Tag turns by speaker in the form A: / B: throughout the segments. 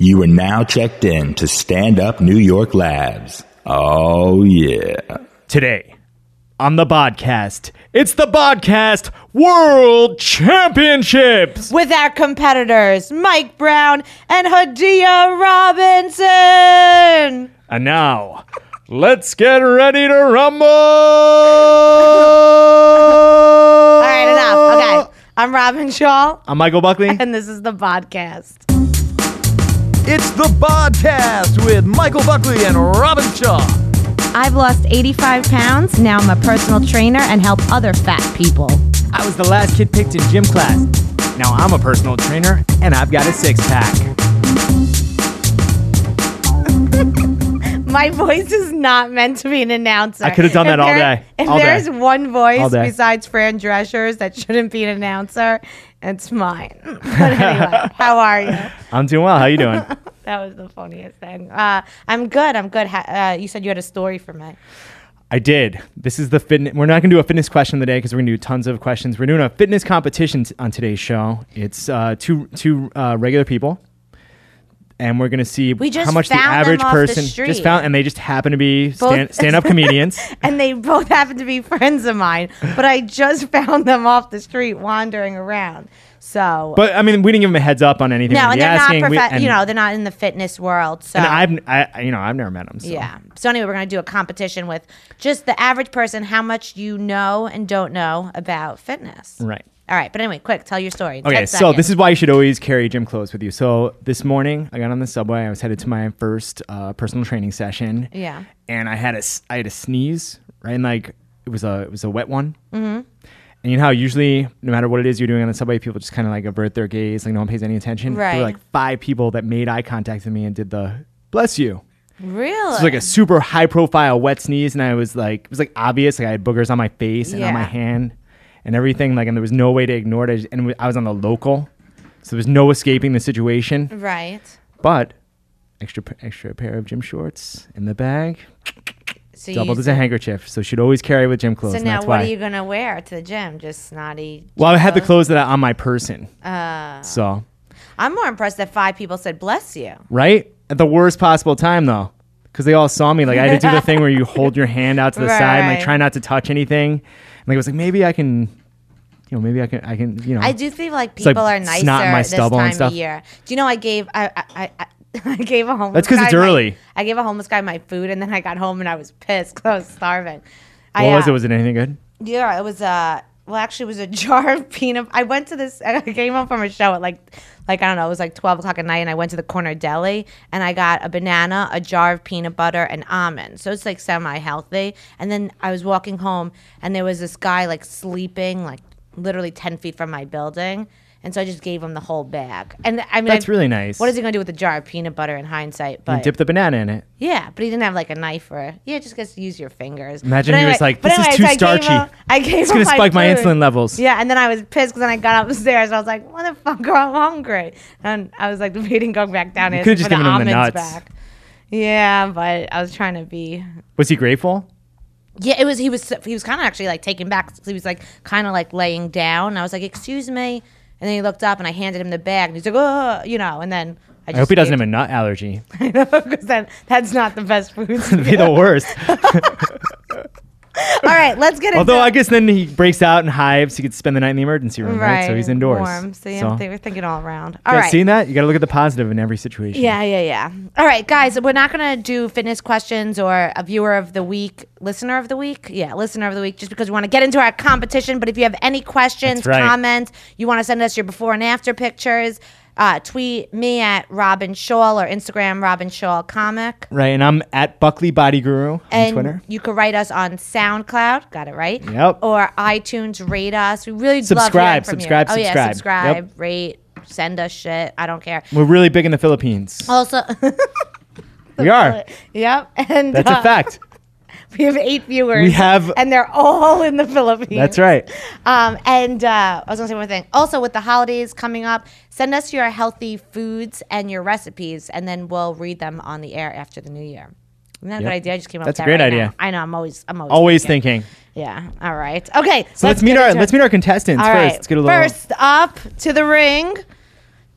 A: You are now checked in to Stand Up New York Labs. Oh, yeah.
B: Today on the podcast, it's the podcast World Championships.
C: with our competitors, Mike Brown and Hadia Robinson.
B: And now, let's get ready to rumble. All
C: All right, enough.
B: Oh.
C: Okay. I'm Robin Shaw,
B: I'm Michael Buckley.
C: and this is the podcast.
D: It's the podcast with Michael Buckley and Robin Shaw.
C: I've lost 85 pounds. Now I'm a personal trainer and help other fat people.
D: I was the last kid picked in gym class. Now I'm a personal trainer and I've got a six pack.
C: My voice is not meant to be an announcer.
B: I could've done
C: If
B: that all
C: there-
B: day.
C: If
B: All day.
C: there's one
B: All
C: voice
B: day.
C: besides Fran Drescher's that shouldn't be an announcer, it's mine. But anyway, how are you?
B: I'm doing well. How you doing?
C: That was the funniest thing. Uh, I'm good. I'm good. Ha- uh, you said you had a story for me.
B: I did. This is the fitness. We're not going to do a fitness question today because we're going to do tons of questions. We're doing a fitness competition t- on today's show. It's uh, two two uh, regular people, and we're going to see
C: We just
B: how much the
C: found them
B: average
C: off the
B: person
C: street.
B: just found, and they just happen to be
C: Both-
B: stand, stand-up comedians.
C: and they both happen to be friends of mine. But I just found them off the street wandering around. So
B: But I mean, we didn't give them a heads up on anything.
C: no, and
B: we
C: they're
B: asking,
C: not
B: we-
C: profe-
B: and-
C: you know they're not in the fitness world. So
B: and I've I I- you know I've never met them. So.
C: yeah. So anyway, we're gonna do a competition with just the average person, how much you know and don't know about fitness.
B: Right.
C: All right, but anyway, quick, tell your story.
B: Okay, so this is why you should always carry gym clothes with you. So this morning, I got on the subway. I was headed to my first uh, personal training session.
C: Yeah.
B: And I had a s- I had a sneeze, right? And like it was a it was a wet one. Mm-hmm. And you know how usually, no matter what it is you're doing on the subway, people just kind of like avert their gaze, like no one pays any attention. There
C: Right.
B: were like five people that made eye contact with me and did the bless you.
C: really
B: It was like a super high profile wet sneeze, and I was like, it was like obvious. Like I had boogers on my face and on my
C: Yeah.
B: hand and everything. Like, and there was no way to ignore it. I just- And I was on the local, so there was no escaping the situation.
C: right.
B: But extra extra pair of gym shorts in the bag,
C: So
B: doubled
C: you,
B: as a handkerchief. So should always carry with gym clothes.
C: so
B: and
C: now
B: that's
C: what
B: why.
C: are you gonna wear to the gym? Just snotty.
B: well, I had the clothes that I, on my person.
C: Uh.
B: so
C: I'm more impressed that five people said bless you.
B: Mm. right at the worst possible time though because they all saw me like i had to do the thing where you hold your hand out to the
C: Right,
B: side and
C: right.
B: like try not to touch anything and like i was like maybe i can you know maybe i can i can you know
C: I do feel like
B: like
C: people are nicer
B: snot in my
C: this
B: stubble and
C: time
B: stuff.
C: of year. Do you know I gave I I, I, I gave a homeless.
B: 'cause it's
C: guy my-
B: early.
C: I gave a homeless guy my food, and then I got home and I was pissed because I was starving.
B: what
C: I,
B: was
C: uh,
B: it was it anything good
C: Yeah, it was uh well actually it was a jar of peanut. I went to this. I came home from a show at like like I don't know. It was like twelve o'clock at night, and I went to the corner deli and I got a banana, a jar of peanut butter, and almonds. So it's like semi healthy. And then I was walking home, and there was this guy like sleeping like literally ten feet from my building. And so I just gave him the whole bag. And I mean,
B: That's
C: I-
B: really nice.
C: What is he going to do with the jar of peanut butter in hindsight? But
B: and dip the banana in it
C: yeah, but he didn't have like a knife or yeah, just guess use your fingers.
B: Imagine
C: but
B: he was like,
C: but
B: "This is
C: anyways,
B: too
C: I gave
B: starchy.
C: him- I gave
B: it's gonna
C: him my
B: spike my
C: food.
B: insulin levels
C: Yeah, and then I was pissed because then I got upstairs. and I was like, "Motherfucker, I'm hungry," and I was like debating going back down. You
B: could've just given him the nuts.
C: Back. Yeah, but I was trying to be.
B: was he grateful
C: Yeah, it was. He was. He was kind of actually like taken back. 'cause He was like kind of like laying down. And I was like, "Excuse me," and then he looked up and I handed him the bag, and he's like, "Oh," you know, and then. I, just
B: i hope he doesn't have a nut allergy
C: because then that's not the best food.
B: it'd be the worst
C: All right, let's get into
B: although i guess then he breaks out in hives he could spend the night in the emergency room right, so he's indoors
C: Warm. So, yeah, they were thinking all around. All
B: you guys
C: right.
B: seen that you gotta look at the positive in every situation
C: Yeah, yeah, yeah. All right, guys, we're not going to do fitness questions or a viewer of the week, listener of the week. Yeah, listener of the week, just because we want to get into our competition. But if you have any questions,
B: That's right.
C: comments, you want to send us your before and after pictures, uh, tweet me at Robin Shawl or Instagram Robin Shawl Comic.
B: right and i'm at buckley body guru on
C: And
B: twitter
C: you could write us on SoundCloud. Got it right.
B: Yep.
C: Or iTunes. Rate us. We really
B: Subscribe,
C: Love hearing from you.
B: subscribe,
C: Oh yeah,
B: subscribe.
C: subscribe.
B: Yep.
C: Rate. Send us shit. I don't care.
B: we're really big in the philippines
C: Also,
B: we are
C: yep. And
B: That's
C: uh,
B: a fact.
C: We have eight viewers.
B: We have-
C: and they're all in the Philippines.
B: That's right.
C: Um, and uh, I was gonna say one thing. Also, with the holidays coming up, send us your healthy foods and your recipes, and then we'll read them on the air after the new year. Isn't that a
B: Yep.
C: good idea? I just came up
B: That's
C: with
B: a
C: that
B: great
C: right
B: idea.
C: now. I know. I'm always. I'm always.
B: Always thinking.
C: Yeah. All right. Okay.
B: So let's, meet our let's meet our contestants
C: All
B: first.
C: right.
B: Let's get a little
C: First up to the ring,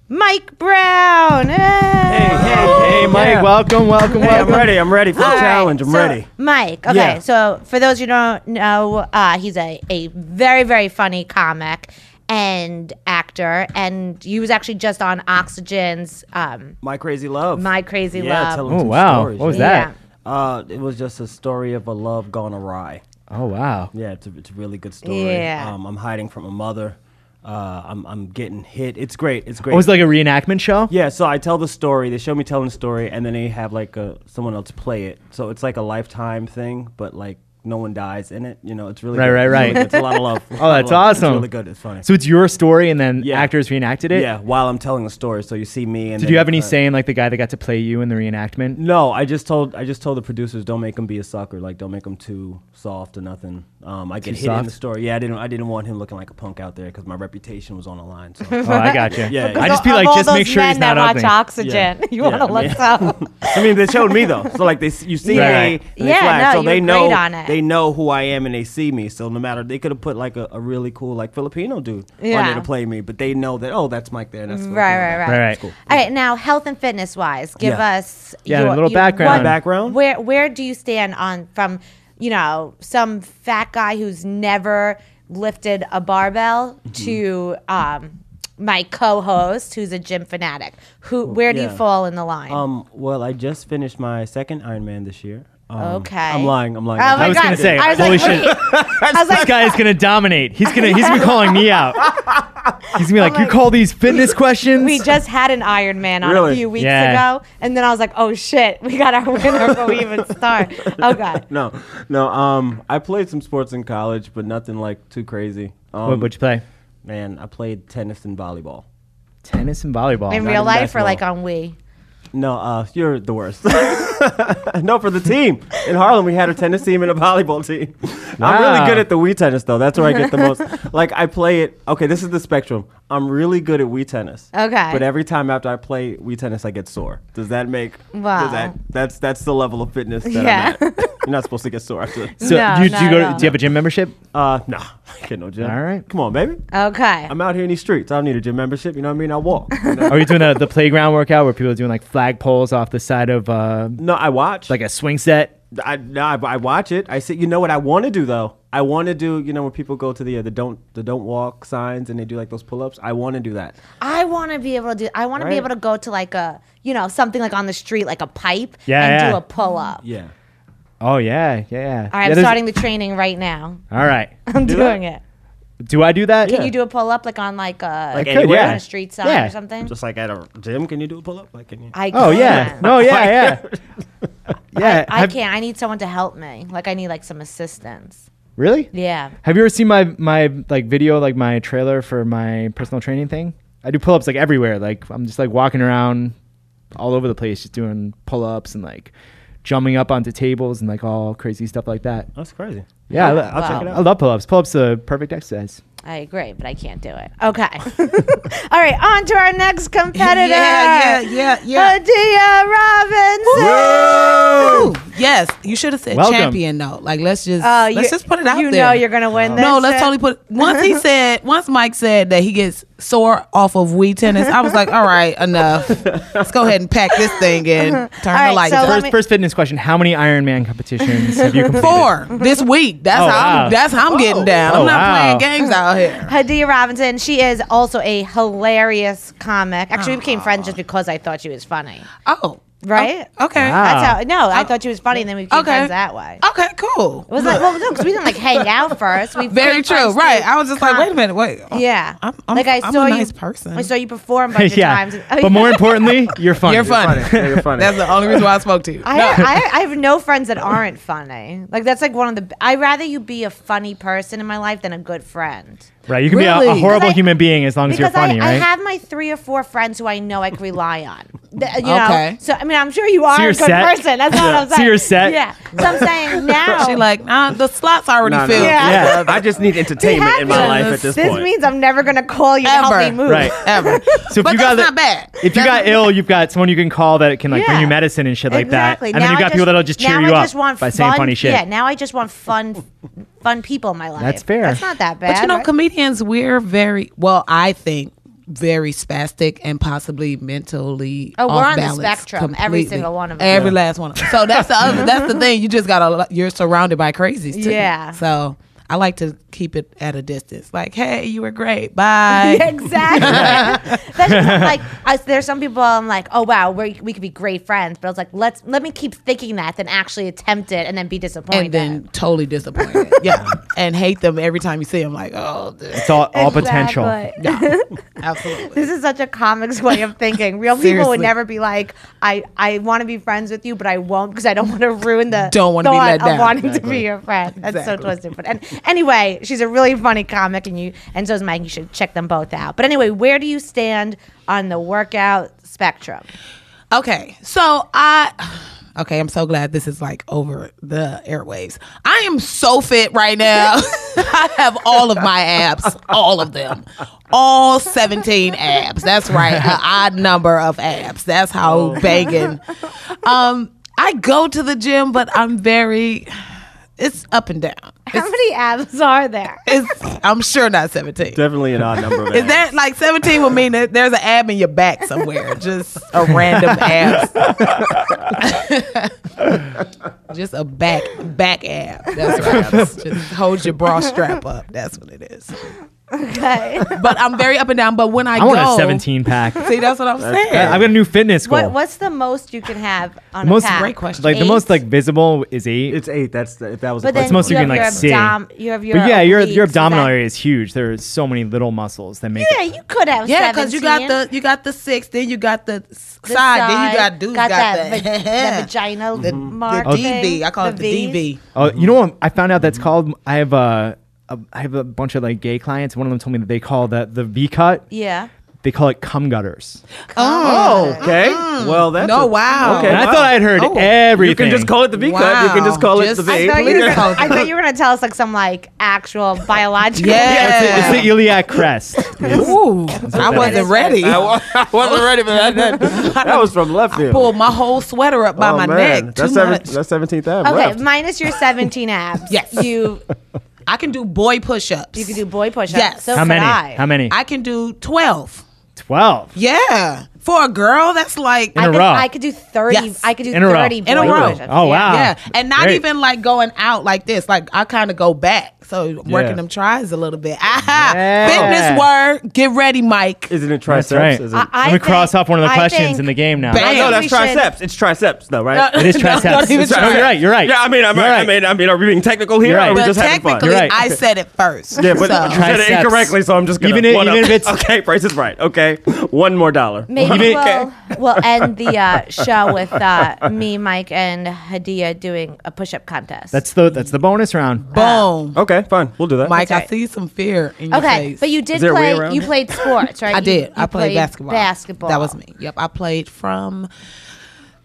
C: Mike Brown. Hey,
B: Hey, Mike,
D: Yeah.
B: welcome, welcome,
D: Hey, I'm
B: welcome.
D: ready. I'm ready for the
C: All right,
D: challenge. I'm
C: so,
D: ready.
C: Mike. Okay,
D: Yeah.
C: so for those who don't know, uh, he's a, a very, very funny comic and actor. And he was actually just on Oxygen's um,
D: My crazy love.
C: My Crazy
D: yeah,
C: Love.
D: Tell them
B: Oh
D: some
B: wow,
D: Stories,
B: what was
D: yeah.
B: that?
D: Uh, it was just a story of a love gone awry.
B: Oh wow.
D: Yeah, it's a, it's a really good story.
C: Yeah.
D: Um, I'm hiding from a mother. Uh, I'm I'm getting hit. It's great. Oh, It's great.
B: It was Oh, like a reenactment show.
D: Yeah, so I tell the story. They show me telling the story, and then they have like a, someone else play it. So it's like a lifetime thing, but like no one dies in it. You know, it's really
B: Right,
D: good.
B: right, right.
D: It's really good. It's a lot of love.
B: Oh, that's
D: It's
B: awesome.
D: really good. It's funny.
B: So it's your story, and then
D: Yeah.
B: actors reenacted it.
D: yeah, Uh, while I'm telling the story, so you see me. And
B: Did
D: then
B: you have
D: the
B: any
D: current-
B: saying like the guy that got to play you in the reenactment?
D: No, I just told I just told the producers don't make him be a sucker. Like don't make him too soft or nothing. Um, I get hit in
B: soft?
D: the story. Yeah, I didn't I didn't want him looking like a punk out there because my reputation was on the line. So.
B: Oh, I got you.
D: Yeah,
B: I
D: yeah.
B: just be
C: Of
B: like,
C: all
B: just
C: those
B: make sure
C: men
B: he's not
C: that
B: ugly.
C: watch Oxygen.
D: Yeah.
C: You
D: Yeah,
C: want to
D: I mean-
C: look so.
D: I mean, they showed me though, so like they s- you see
B: Right.
D: me, and they
C: Yeah,
D: flash,
C: no,
D: so
C: you
D: they
C: were
D: know
C: great on it.
D: they know who I am, and they see me. So no matter they could have put like a, a really cool like Filipino dude on
C: Yeah.
D: there to play me, but they know that oh that's Mike there. That's
C: Right,
D: Filipino.
C: right, right.
B: Right, right.
D: Cool.
C: All right, now health and fitness wise, give
D: Yeah.
C: us
B: Yeah, a little background.
D: My background?
C: Where where do you stand on from, you know, some fat guy who's never lifted a barbell
B: Mm-hmm.
C: to um, my co-host who's a gym fanatic. Who where do you
D: yeah.
C: fall in the line?
D: Um, well, I just finished my second Iron Man this year. Um,
C: Okay.
D: I'm lying. I'm lying.
C: Oh my
B: I was
C: God.
B: gonna say,
C: I was
B: holy
C: like,
B: shit,
C: wait. I was
B: this
C: like,
B: guy is gonna dominate. He's gonna he's gonna be calling me out. He's gonna be like, you call these fitness questions?
C: we just had an Iron Man on a
D: Really?
C: few weeks
B: Yeah.
C: ago, and then I was like, "Oh shit, we got our winner before we even start." Oh god,
D: No, no. Um, I played some sports in college, but nothing like too crazy. Um,
B: what would you play?
D: man, I played tennis and volleyball.
B: Tennis and volleyball.
C: in
D: not
C: real
D: in
C: life or
D: basketball.
C: like on Wii?
D: No, uh, you're the worst. no, for the team in Harlem, we had a tennis team and a volleyball team. I'm
B: Wow.
D: really good at the Wii tennis though. That's where I get the most. like I play it. Okay, this is the spectrum. I'm really good at Wii tennis.
C: Okay.
D: but every time after I play Wii tennis, I get sore. Does that make? does
C: Wow.
D: that- that's that's the level of fitness that
C: Yeah.
D: I'm at. You're not supposed to get sore after.
B: So
C: No,
B: do, you, do
C: not
B: you go?
C: at
B: To,
C: all.
B: do you have a gym membership?
D: Uh, no, I get no gym.
B: All right.
D: come on, baby.
C: Okay.
D: I'm out here in these streets. I don't need a gym membership. You know what I mean? I walk. you know?
B: Are you doing the, the playground workout where people are doing like flag poles off the side of uh,
D: no, I watch.
B: like a swing set?
D: I, no, I, I watch it. I see. You know what I want to do though. I want to do. You know when people go to the uh, the don't the don't walk signs and they do like those pull ups. I want to do that.
C: I want to be able to do. I want to be
D: Right.
C: able to go to like a you know something like on the street like a pipe
B: Yeah,
C: and
B: yeah.
C: do a pull up.
D: Yeah.
B: Oh yeah, yeah. yeah.
C: All
B: Yeah,
C: right, I'm
B: there's-
C: starting the training right now.
B: All right.
C: I'm
D: Do
C: doing
D: that?
C: it.
B: Do I do that?
C: Can you do a pull up like on like a
D: Like
B: I could,
D: anywhere?
B: yeah.
C: on a street sign
B: Yeah.
C: or something?
D: Just like at a gym, can you do a pull up? Like can you?
C: I can't.
B: Oh yeah. No, yeah, yeah. Yeah.
C: I
B: have-
C: can't. I need someone to help me. Like I need like some assistance.
B: Really?
C: Yeah.
B: Have you ever seen my my like video like my trailer for my personal training thing? I do pull ups like everywhere. Like I'm just like walking around all over the place, just doing pull ups and like jumping up onto tables and like all crazy stuff like that.
D: That's crazy.
B: Yeah, I,
D: I'll,
B: lo-
D: I'll check it
B: I
D: out.
B: love pull ups. Pull ups are a perfect exercise.
C: I agree, but I can't do it. Okay. All right, on to our next competitor.
E: Yeah, yeah, yeah,
C: Adia Robinson.
E: Ooh, yes, you should have said
B: Welcome.
E: champion though. Like let's just
C: Oh, you-
E: let's just put it out
C: You
E: there.
C: know you're gonna win this.
E: no, let's
C: shit.
E: totally put. Once he said, once Mike said that he gets sore off of Wii tennis, I was like, all right, enough. Let's go ahead and pack this thing in. Turn
C: Uh-huh. right,
E: the lights.
C: so
E: out.
C: let
B: First,
C: me-
B: first fitness question: How many Ironman competitions have you completed?
E: Four
C: Mhm.
E: this week. That's
B: Oh,
E: how.
B: wow.
E: I'm, that's how I'm getting down.
B: Oh,
E: I'm not
B: wow.
E: playing games out here.
C: Hadia Robinson. She is also a hilarious comic. Actually, we became friends just because I thought she was funny.
E: Oh,
C: Right?
E: okay.
C: That's how. No, I thought she was funny, and then we became
E: Ah. Oh. Okay. Oh.
C: friends that way.
E: Okay, cool.
C: It was like, well, no, 'cause we didn't like hang out first. We became
E: Very true.
C: friends
E: Right.
C: through
E: I was just
C: com-
E: like, wait a minute, wait.
C: Yeah,
E: I'm, I'm,
C: like I
E: I'm
C: saw
E: a
C: you-
E: nice person.
C: I saw you perform a bunch
B: yeah,
C: of times.
B: but more importantly, you're funny.
E: You're funny.
D: Yeah, you're funny.
E: That's the only reason why I spoke to you.
C: I, I, I have no friends that aren't funny. Like that's like one of the. I rather you be a funny person in my life than a good friend.
B: Right? You can be a, a
E: Really?
B: horrible
C: 'Cause I-
B: human being as long as you're
C: Because
B: funny,
C: I, I
B: right?
C: have my three or four friends who I know I can rely on. Th- You know?
E: Okay.
C: So I mean, I'm sure you are
B: you're
C: a good
B: set?
C: person. That's not what I'm
B: So
C: saying.
B: you're set?
C: Yeah. So I'm saying now.
E: She like, nah, the slot's already
D: No, no,
E: filled.
C: Yeah.
D: yeah. I just need entertainment in my
C: Happy.
D: life at this, point.
C: means I'm never gonna call you to help
E: Ever.
C: me move.
B: Right.
E: Ever.
B: So if
E: but
B: you
E: that's
B: got the-
E: not bad.
B: if you got ill, you've got someone you can call that can like bring
C: Yeah.
B: you medicine and shit like
C: exactly.
B: that. And
C: now
B: then you
C: I
B: got people that'll just cheer
C: now
B: you
C: I
B: up
C: just want
B: by
C: fun,
B: saying funny shit.
C: Yeah. Now I just want fun, fun people in my life.
B: That's fair.
C: That's not that bad.
E: But you know,
C: right?
E: comedians, we're very well. I think very spastic and possibly mentally
C: Oh, we're
E: off
C: on the
E: balance
C: spectrum, every
E: completely.
C: single one of us.
E: Every last one. of us. So that's the other, that's the thing. You just got to you're surrounded by crazies too.
C: Yeah.
E: So I like to keep it at a distance. Like, hey, you were great. Bye.
C: exactly. That's just like I, there's some people I'm like, oh wow, we we could be great friends, but I was like, let's let me keep thinking that, then actually attempt it, and then be disappointed.
E: and then totally disappointed. yeah, and hate them every time you see them. Like, oh, this-
B: It's all, all potential.
C: Exactly.
E: absolutely.
C: This is such a comics way of thinking. Real people
E: Seriously.
C: would never be like, I, I want to be friends with you, but I won't because I don't want to ruin the
E: Don't wanna be
C: thought
E: let
C: of
E: down.
C: wanting to be your friend. That's so
E: Exactly.
C: twisted. But and, anyway, she's a really funny comic, and you and so is Mike. You should check them both out. But anyway, where do you stand on the workout spectrum?
E: Okay, so I. Okay, I'm so glad this is like over the airwaves. I am so fit right now. I have all of my abs, all of them, all 17 abs. That's right, an odd number of abs. That's how banging. Um, I go to the gym, but I'm very. It's up and down.
C: How many abs are there?
E: It's, I'm sure not 17.
D: Definitely an odd number. Of
E: Is that like 17 would mean that there's an ab in your back somewhere? Just a random ab. Just a back back ab. That's right. Just hold your bra strap up. That's what it is.
C: Okay.
E: But I'm very up and down. But when I,
B: I
E: go,
B: want a 17 pack.
E: See, that's what I'm saying.
B: I've got a new fitness goal.
C: what what's the most you can have on
B: Most
C: a pack?
E: Great question.
B: like the
E: Eight?
B: most like visible is eight.
D: It's eight. That's the, if that was.
C: But
D: the
C: then
D: first
B: the most
D: one.
B: you
C: have
B: can, like,
C: your
B: see.
C: abdom- you have your
B: but yeah, your
C: obliques,
B: your
C: so that-
B: abdominal area is huge. There are so many little muscles that make
C: Yeah,
B: it.
C: you could have.
E: Yeah, because you got
C: 17.
E: the you got the six, then you got the, s-
C: the
E: side, then you got
C: side,
E: dudes
C: got,
E: got,
C: that,
E: the,
C: va- the vagina mark.
E: the
C: thing,
E: DV. I call it the
C: Vs.
E: DV.
B: Oh, you know what? I found out that's
E: Mm-hmm.
B: called. I have a, a I have a bunch of like gay clients. One of them told me that they call that the V cut.
C: Yeah.
B: They call it cum gutters.
D: Oh, okay. Well, that's
E: No,
D: a-
E: wow.
D: Okay,
B: And I
D: wow.
B: thought I had heard
E: Oh. You can
D: You
B: everything.
D: can just call it the V cut. You can just call it
E: Just-
D: the
E: I
D: V.
C: I thought, you
E: Please
C: were,
E: call it
C: I thought you were gonna tell us like some like actual biological.
E: Yeah.
B: It's the iliac crest.
E: Ooh, I wasn't ready.
F: I wa- I wasn't ready for that.
D: That was from left field. Oh,
E: pulled my whole sweater up by my neck. Too
D: That's seven-
E: much.
D: That's seventeenth Ave.
C: Okay,
D: left.
C: minus your 17 abs.
E: Yes.
C: You
E: I can do boy push-ups.
C: you can do boy push-ups.
E: Yes.
C: So
B: How
C: could
B: many?
C: I.
B: How many?
E: I can do twelve.
B: Twelve.
E: Yeah, for a girl, that's like
B: In
C: I
B: a
C: could,
B: row.
C: I could do 30.
E: Yes.
C: I could do
B: In a row.
C: 30
E: In a
C: boy
E: row.
C: push-ups.
B: Oh,
C: Yeah.
B: wow.
E: yeah, and not
B: Great.
E: even like going out like this. Like I kind of go back, so working them tries a little bit. Aha! Fitness word. Get ready, Mike.
D: Isn't
B: That's
D: it triceps?
B: right.
D: Is it?
C: I- I
B: Let me cross
C: think-
B: off one of the
C: I
B: questions
C: think-
B: in the game now.
E: Bam.
D: no,
C: I
D: that's
C: think we should-
D: triceps. It's triceps, though, right?
B: It is triceps.
E: even
B: No, you're right. You're right.
D: Yeah, I mean, I mean,
B: You're
D: I
B: right.
D: mean, I mean, are we being technical here?
B: You're
D: Or
B: right.
D: are we
E: But
D: just having fun?
E: technically,
B: You're right.
E: I said it first.
D: Yeah, but you
E: so.
D: said it
B: Triceps.
D: incorrectly, so I'm just gonna
B: Even if-
D: one
B: even
D: up.
B: if it's-
D: okay. Price is right. Okay, one more dollar.
C: Maybe
B: Even-
C: we'll, we'll end the uh, show with uh, me, Mike, and Hadia doing a push-up contest.
B: That's the that's the bonus round.
E: Boom,
D: Okay, fine. We'll do that.
E: Mike.
C: That's
E: I
C: right.
E: see some fear in your
C: okay.
E: face.
C: But you did
D: Is there a way
C: play.
D: around
C: You
D: it?
C: played sports, right?
E: I
C: You-
E: did.
C: you
E: I played, basketball.
C: Basketball.
E: That was me. Yep. I played from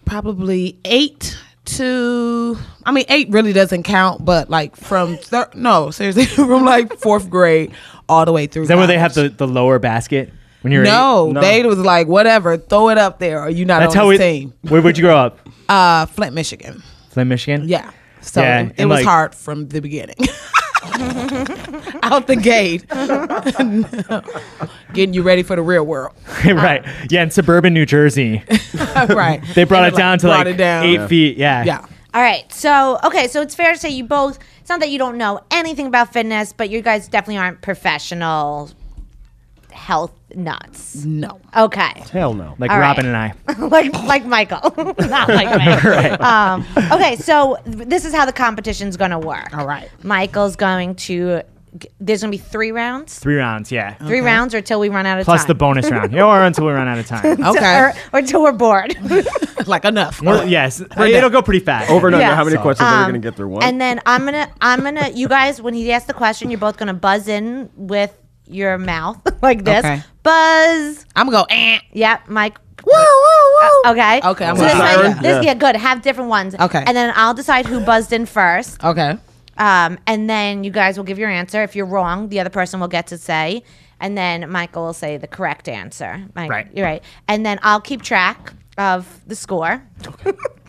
E: probably eight to. I mean, eight really doesn't count, but like from thir- no, seriously, from like fourth grade all the way through.
B: Is that where they have the, the lower basket when you're
E: No,
B: eight?
D: No.
E: they was like whatever, throw it up there, or you not
B: That's
E: on
B: how
E: the
B: we.
E: team.
B: Where would you grow up?
E: Uh, Flint, Michigan.
B: Flint, Michigan.
E: Yeah. So
B: Yeah,
E: it, it
B: and
E: was
B: like-
E: hard from the beginning. Out the gate, getting you ready for the real world,
B: right. Yeah, in suburban New Jersey,
E: right?
B: they brought
E: And
B: it down to
E: brought
B: like
E: it down.
B: eight feet. Yeah.
E: yeah.
C: All right. So, okay. So it's fair to say you both, it's not that you don't know anything about fitness, but you guys definitely aren't professional health nuts.
E: No.
C: Okay.
D: Hell no.
B: Like
C: All
B: Robin
C: right.
B: and I.
C: like like Michael. not like Michael. um, okay. So th- this is how the competition's going to work.
E: All right.
C: Michael's going to, g- there's going to be three rounds.
B: Three rounds. Yeah.
C: Three rounds or till we run out of
B: Plus
C: time.
B: the bonus round. Yeah, or until we run out of time.
E: Okay.
C: Or, or till we're bored.
E: like enough.
B: Or- yes. It'll go pretty fast.
D: Overnight.
C: Yeah.
D: How many
B: So-
D: questions are we
C: Um,
D: gonna get through? One.
C: And then I'm gonna, I'm gonna, you guys, when he asks the question, you're both gonna buzz in with your mouth like this.
E: Okay.
C: Buzz.
E: I'm gonna go. Eh.
C: Yep, Mike. Uh,
E: Woo woo woo.
C: Okay.
E: Okay, I'm
C: so
E: with
C: this
E: that.
C: way,
E: Siren?
C: this, yeah.
D: Yeah.
C: good. Have different ones.
E: Okay.
C: And then I'll decide who buzzed in first.
E: Okay.
C: Um, and then you guys will give your answer. If you're wrong, the other person will get to say, and then Michael will say the correct answer. Mike,
B: Right.
C: You're right. And then I'll keep track of the score.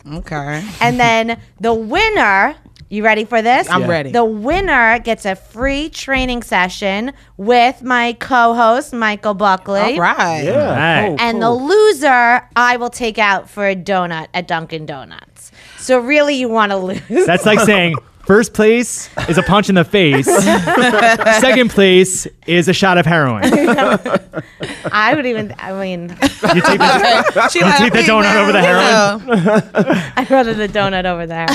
E: Okay.
C: And then the winner You ready for this?
E: I'm Yeah. ready.
C: The winner gets a free training session with my co-host Michael Buckley.
E: All right.
D: Yeah. Oh,
B: Right.
D: cool,
C: And the
D: cool.
C: loser, I will take out for a donut at Dunkin' Donuts. So really, you want to lose?
B: That's like saying first place is a punch in the face. Second place is a shot of heroin. You
C: I would even. I mean,
B: take the,
E: She like,
B: take the
E: "Hey,
B: donut
E: man,
B: over the
E: you
B: heroin."
E: know."
C: I'd rather the donut over there.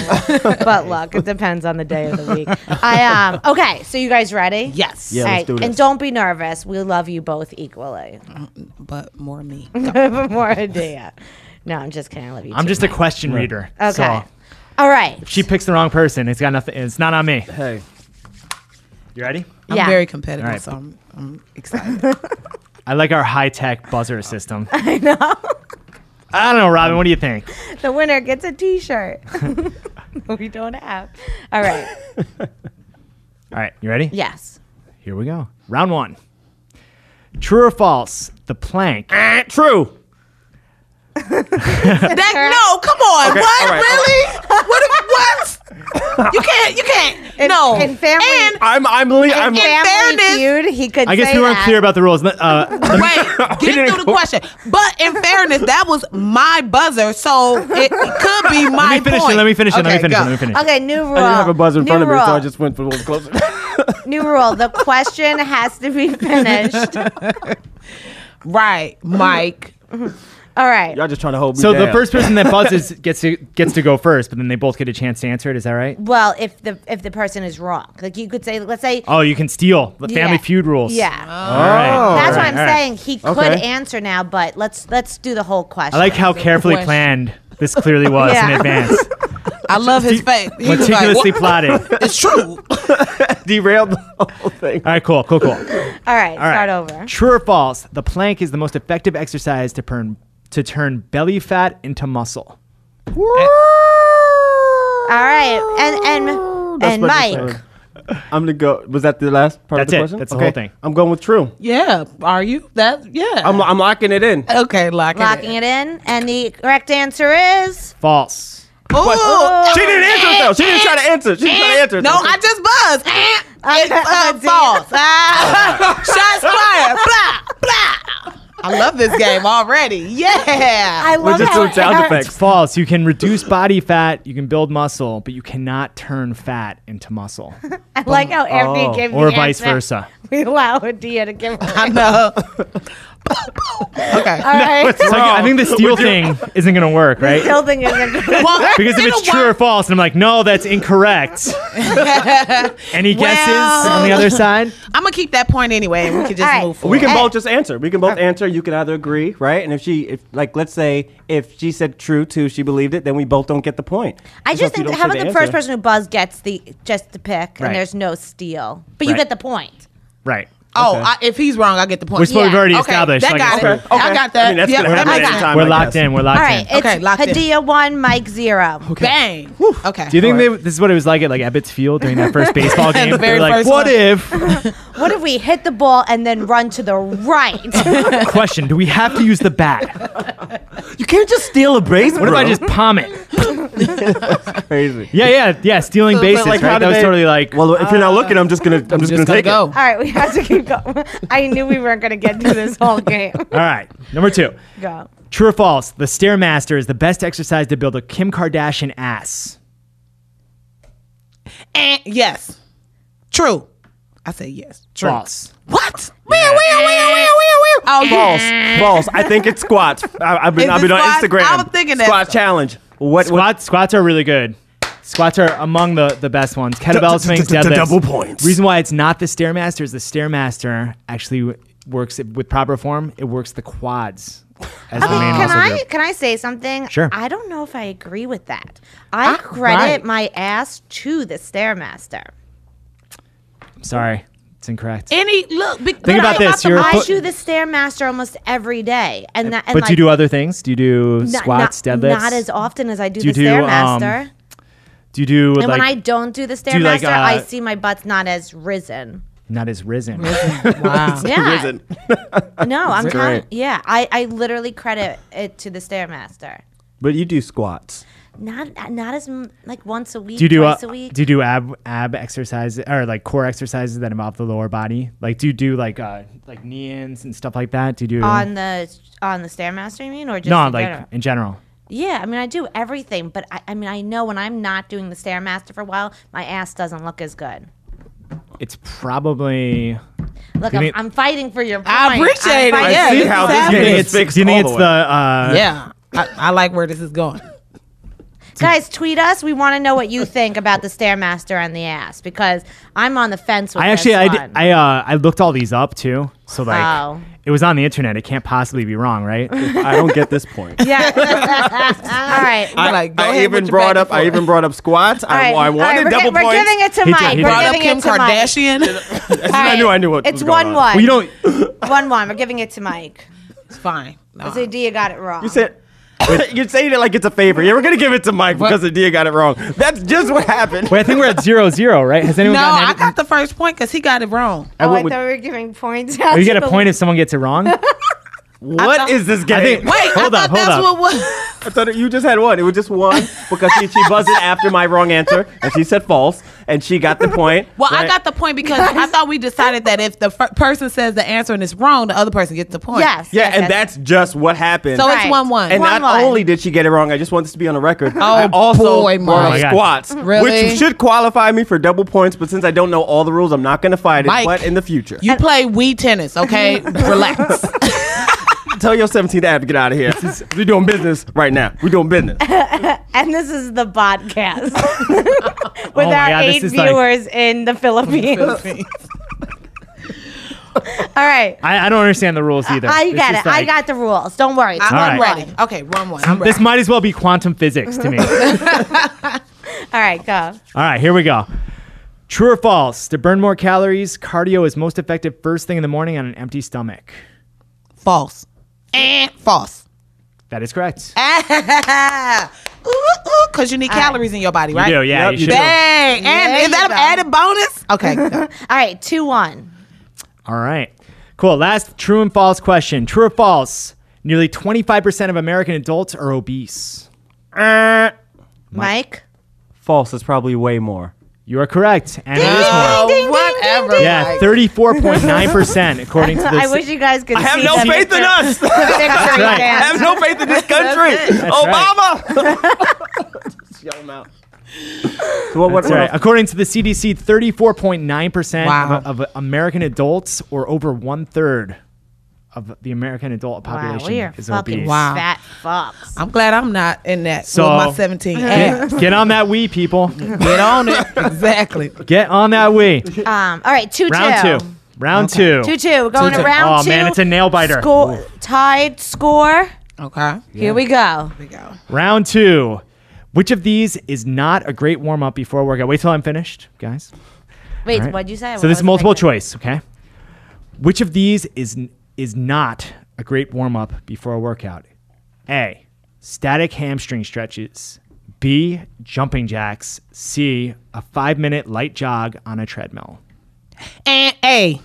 C: but look, it depends on the day of the week. I um. Okay, so you guys ready?
E: Yes.
D: Yeah.
C: All
D: let's
C: right,
D: do
C: and
D: this.
C: don't be nervous. We love you both equally.
E: But more me.
C: More idea. No, I'm just kidding. I love you.
B: I'm
C: too.
B: just a question reader.
C: okay.
B: So
C: All right.
B: she picks the wrong person. It's got nothing. It's not on me.
D: Hey,
B: You ready?
E: I'm
C: Yeah.
E: very competitive,
B: All right.
E: so I'm, I'm excited.
B: I like our high tech buzzer system. I know. I don't know, Robin. What do you think?
C: The winner gets a T-shirt. we don't have. All right.
B: All right, you ready?
C: Yes.
B: Here we go. Round one. True or false? The plank.
D: Eh, true.
E: that, no, come on. what?
D: all right,
E: really? What? if- What? You can't. You can't.
D: Oh.
E: no.
C: in family-
E: And
D: I'm. I'm. Le- I'm.
E: In
C: Family
E: fairness-
C: Feud. He could.
B: I guess
C: say
B: we weren't
C: that.
B: clear about the rules. Uh,
E: Wait, get
B: didn't
E: through the
B: go-
E: question. But in fairness, that was my buzzer, so it, it could be
B: let
E: my
B: me finish
E: point.
B: it. Let me finish it. Let me
E: Okay,
B: finish it.
E: go.
B: Let me finish it.
C: Okay, new rule.
D: I didn't have a buzzer in
C: new
D: front of me,
C: rule.
D: so I just went for the one closer.
C: new rule. The question has to be finished.
E: Right, Mike.
C: All right.
D: Y'all just trying to hold me
B: So
D: down.
B: the first person that buzzes gets to gets to go first, but then they both get a chance to answer it. Is that right?
C: Well, if the if the person is wrong, like you could say, let's say.
B: Oh, you can steal. The Family
C: Yeah.
B: Feud rules.
C: Yeah.
E: Oh.
B: All right. All
C: That's what
B: right,
C: I'm
B: all right.
C: saying. He could
D: Okay.
C: answer now, but let's let's do the whole question.
B: I like how carefully
E: question.
B: planned this clearly was in
C: Yeah.
B: advance,
E: I love his face. He was like,
B: meticulously
E: "What?"
B: plotted. All
E: it's true.
D: derailed the whole thing.
B: right, cool, cool, cool.
C: All right.
B: All right.
C: start over.
B: True or false? The plank is the most effective exercise to turn to turn belly fat into muscle.
C: All right. And and and
D: what they
C: Mike.
D: said. I'm gonna go. Was that the last part
B: That's
D: of the
B: it.
D: question?
B: That's the whole thing.
D: I'm going with true.
E: Yeah, are you? That yeah.
D: I'm, I'm locking it in.
E: okay, lock
C: Locking it
E: it.
C: in, and the correct answer is
B: False.
E: in. Ooh.
D: She didn't answer it, though. She didn't try to answer. She didn't try to answer. it.
E: No, I just buzzed. Eh, it's uh,
C: see.
E: false. Ah, Shots fired. Blah blah. I love this game already. Yeah.
C: I love
D: just
C: how
D: doing sound
C: it-
D: effects.
B: It's false. You can reduce body fat, you can build muscle, but you cannot turn fat into muscle,
C: I like how after
D: Oh.
C: he gave
B: or
C: the
B: vice
C: answer,
B: versa.
C: We allow Adia to give.
E: I know. okay.
C: All right.
B: So I, I think the steel thing isn't gonna work, right?
C: Still think it's a good
E: Well,
B: Because if
E: in a
B: it's true or
E: while-
B: false, and I'm like, no, that's incorrect. Any guesses on the other side?
E: I'm gonna keep that point anyway, and we can just
C: All right.
E: move
D: We
E: forward.
D: can both just answer. We can both answer. You can either agree, right? And if she, if like, let's say if she said true too, she believed it, then we both don't get the point.
C: I
D: So
C: just
D: if you
C: think
D: don't
C: how
D: say
C: about the first
D: answer-
C: person who buzz gets the just the pick
B: Right.
C: and there's no steal, but you
B: Right.
C: get the point.
B: Right.
E: oh, I, if he's wrong, I get the point.
B: Which is what we've
C: Yeah.
B: already
E: okay,
B: established.
E: That
B: Like,
E: got
B: it's-
E: it. I got that.
D: I mean, that's
E: yeah,
D: gonna
E: that
D: happen
E: makes
D: every
E: sense.
D: time.
B: We're
D: I
B: locked
D: guess.
B: in. We're
C: All
B: locked
C: right,
B: in.
C: it's
E: Okay, locked in.
C: Hadia one, Mike zero.
E: Bang. Okay.
B: Do you think they, this is what it was like at like Ebbets Field during that first baseball game?
E: The very
B: They're like,
E: first
B: what
E: one."
B: if?
C: What if we hit the ball and then run to the right?
B: Question: Do we have to use the bat?
D: You can't just steal a base.
B: What if I just palm it?
D: crazy?
B: Yeah, yeah, yeah. Stealing
E: So, but,
B: bases.
E: like,
B: right?
D: how
B: That
D: do
B: was
D: they-
B: totally like.
D: Well, if you're not looking, I'm just gonna, I'm just, gonna
E: gotta
D: take
E: go.
D: it.
C: All right, we have to keep going. I knew we weren't going to get through this whole game.
B: all right. Number two.
C: Go.
B: True or false? The stairmaster is the best exercise to build a Kim Kardashian ass.
E: Eh, yes. True. I say yes. True.
B: False.
E: What? Where, where, where, where, where, where? Oh,
D: False, false. I think it's squats. I, I've been,
E: Is
D: I've
E: it
D: been on
E: squats?
D: Instagram.
E: I was thinking that.
D: squat challenge. What? what
B: Squats, squats are really good. Squats are among the, the best ones. Kettlebell swings, deadlifts.
D: double points.
B: Reason why it's not the stairmaster is the stairmaster actually w- works with proper form. It works the quads as the main
C: Can
B: muscle
C: I
B: group.
C: can I say something?
B: Sure.
C: I don't know if I agree with that. I credit
E: right.
C: my ass to the stairmaster.
B: Sorry, it's incorrect.
E: Any look. Be,
B: Think about this. You're a
C: I
B: foot-
C: do the stairmaster almost every day, and that. And
B: but
C: like,
B: do you do other things? Do you do
C: not-
B: squats,
C: not,
B: deadlifts?
C: Not as often as I do,
B: Do you
C: the
B: do, um,
C: stairmaster.
B: do you do
C: and
B: like
C: when I don't do the stairmaster,
B: like, uh,
C: I see my butt's not as risen.
B: not as risen?
E: Wow.
C: Yeah.
D: Risen.
C: No, I'm
B: Great.
C: not. Yeah, I, I literally credit it to the stairmaster.
G: But you do squats.
C: Not not as m- like once a week.
B: Do you do uh,
C: twice a,
B: do
C: week?
B: you do ab ab exercises or like core exercises that involve the lower body? Like do you do like uh like knee ins and stuff like that? Do you do
C: on the on the stairmaster, you mean, or Uh, just
B: no
C: in
B: like
C: general?
B: in general?
C: Yeah, I mean, I do everything, but I, I mean, I know when I'm not doing the stairmaster for a while, my ass doesn't look as good.
B: It's probably.
C: Look,
B: You
C: I'm,
B: mean-
C: I'm fighting for your. Point.
E: I appreciate it.
C: I'm
E: Yeah,
C: fighting
E: see how this
B: do you
E: happening.
B: think
E: is
B: it's, do you think it's the uh,
E: yeah, I, I like where this is going.
C: Guys, tweet us. We want to know what you think about the stairmaster and the ass because I'm on the fence with
B: I actually
C: this
B: I, did,
C: one.
B: I uh I looked all these up too. So like
C: Wow.
B: it was on the internet. It can't possibly be wrong, right?
G: I don't get this point.
C: yeah. All right.
E: I like. Go
D: I
E: ahead
D: even
E: with your
D: brought
E: back
D: up.
E: and
D: I
E: forth.
D: even brought up squats.
C: All
D: I,
C: right.
D: I
C: All right, we're
D: wanted
C: gi-
D: double
C: we're
D: points.
C: giving it to
B: He
C: Mike.
B: did- he
C: we're
B: did.
E: brought up
C: giving
E: Kim
C: it to Mike.
E: Kardashian.
D: I knew. I knew what.
C: It's
D: was going
C: one
D: on.
C: one.
B: well, you don't.
C: one one. We're giving it to Mike.
E: it's fine. No,
C: So Dia got it wrong.
D: You said. You're saying it like it's a favor. You were gonna give it to Mike because Adia got it wrong. That's just what happened.
B: Wait, I think we're at zero zero, right? Has anyone
E: no
B: gotten
E: I
B: any-
E: got the first point because he got it wrong.
C: oh, I
D: went with-
C: thought we were giving points.
B: Oh, you get a point if someone gets it wrong.
D: What is this game?
B: I think.
E: Wait,
B: hold
E: I
B: up,
E: thought
B: hold
E: that's
B: up.
E: what was.
G: I thought it- you just had one. It was just one because she, she buzzed in after my wrong answer and she said false and she got the point.
E: Well, I
G: right?
E: got the point because I thought we decided that if the fir- person says the answer and it's wrong, the other person gets the point.
C: Yes.
D: Yeah,
C: yes,
D: and
C: yes.
D: that's just what happened.
E: So
C: Right.
E: it's one one.
D: and
C: one
D: not
C: line.
D: only did she get it wrong, I just want this to be on the record. I also
E: boy,
D: brought
B: Mike.
D: up squats,
E: Really?
D: which should qualify me for double points. But since I don't know all the rules, I'm not going to fight it.
E: Mike.
D: But in the future,
E: you play Wii tennis, okay? Relax.
D: tell your 17th ad to get out of here. We're doing business right now. We're doing business.
C: And this is the podcast with
B: Oh my
C: our
B: God, this
C: eight
B: is like-
C: viewers in the Philippines. All right.
B: I, I don't understand the rules either.
C: I
B: This
C: got
B: is
C: it. I
B: like-
C: got the rules. Don't worry. It's
E: I'm
C: one
B: right.
E: ready. Okay, one one. I'm
B: This might as well be quantum physics to me. All
C: All right, go.
B: right, here we go. True or false? To burn more calories, cardio is most effective first thing in the morning on an empty stomach.
E: false. And false.
B: That is correct.
E: Ooh, ooh, cause you need calories in your body, right?
B: You do, yeah.
D: Yep,
B: you
D: you
B: should.
D: do.
E: Dang. And is that an added bonus? Okay.
C: All right, two one.
B: All right. Cool. Last true and false question. True or false? Nearly 25% of American adults are obese.
C: Mike.
G: false is probably way more.
B: You are correct. And it is more.
E: Oh,
C: ding, ding,
E: whatever.
B: Yeah, 34.9% according to this.
C: I wish you guys could.
D: I have
C: see
D: no
C: the
D: faith in
C: picture-
D: us.
C: picture
B: right.
D: I
C: again.
D: have no faith in this country. Obama. Just yell him out.
G: So what, what,
B: That's right.
G: what-
B: According to the CDC, 34.9%
E: Wow.
B: of, of American adults, or over one third of the American adult
C: Wow,
B: population,
C: we are
B: is
C: fucking
B: obese.
E: Wow.
C: fat fucks.
E: I'm glad I'm not in that
B: So-
E: with my 17. Yeah.
B: Get, get on that Wii, people.
E: Get on it. Exactly.
B: Get on that Wii.
C: Um. All right, two
B: Round two. Round two.
C: Two two. We're going
E: Two,
C: to
E: two.
C: round
B: Oh,
C: two.
B: man, it's a nail biter.
C: Score tied score.
E: Okay. Here
C: Here we go.
E: we go.
B: Round two. Which of these is not a great warm up before a workout? Wait till I'm finished, guys.
C: Wait,
B: All right.
C: what'd you say?
B: So this is
C: What was
B: multiple
C: it?
B: choice, okay? Which of these is n- is not a great warm up before a workout? A. Static hamstring stretches. B. Jumping jacks. C. A five minute light jog on a treadmill.
E: And A.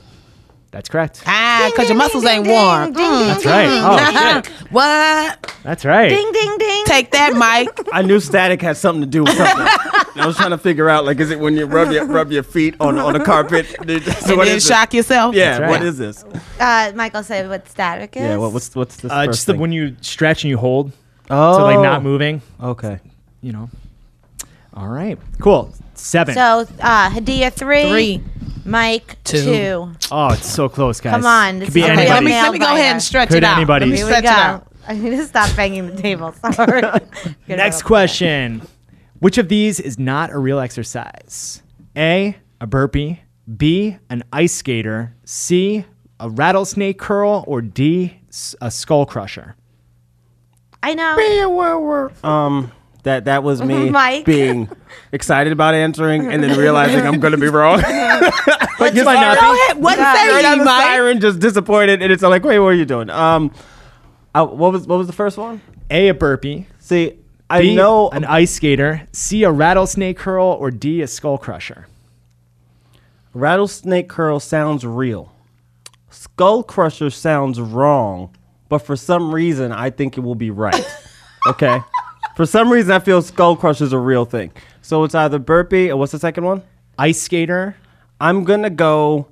B: That's correct.
E: Ah, because your muscles ain't warm.
B: That's right. Oh, shit.
E: What?
B: That's right.
C: Ding ding ding.
E: Take that, Mike.
D: I knew static had something to do with something. I was trying to figure out like, is it when you rub your rub your feet on on the carpet? So
E: and
D: what
E: then
D: is this?
E: shock yourself.
D: Yeah,
B: right.
D: what is this?
C: Uh, Michael, say what static is.
G: yeah, what, what's what's this?
B: Uh,
G: first
B: just the,
G: thing?
B: when you stretch and you hold,
G: oh,
B: so like not moving,
G: Okay.
B: you know. All right. Cool. Seven.
C: So uh, Hadia three,
E: Three.
C: Mike two.
E: Two.
B: oh, it's so close, guys.
C: Come on, this
B: Could be
C: is a real
E: Okay, let me,
B: anybody.
C: man.
E: let me go ahead and stretch
B: Could
E: it out.
B: anybody-
E: Let me
B: Here
C: Here we
E: stretch it
C: go.
E: out.
C: I need to stop banging the table. Sorry. Get
B: Next
C: it over
B: question. Which of these is not a real exercise? A, a burpee. B, an ice skater. C, a rattlesnake curl. Or D, s- a skull crusher.
C: with. I know.
D: Um, that that was me
C: Mike.
D: being excited about answering and then realizing I'm gonna be wrong.
B: But this might not
E: Go
B: be.
E: ahead. What
D: Right
E: say
D: out
E: you,
D: the
E: Mike?
D: siren, just disappointed, and it's like, wait, what are you doing? Um, I, what was what was the first one?
B: A, a burpee.
D: See, I
B: B,
D: know
B: an ice skater. C, a rattlesnake curl. Or D, a skull crusher.
D: rattlesnake curl sounds real. Skull crusher sounds wrong, but for some reason, I think it will be right. Okay. For some reason, I feel skull crush is a real thing. So it's either burpee or what's the second one?
B: Ice skater.
D: I'm gonna go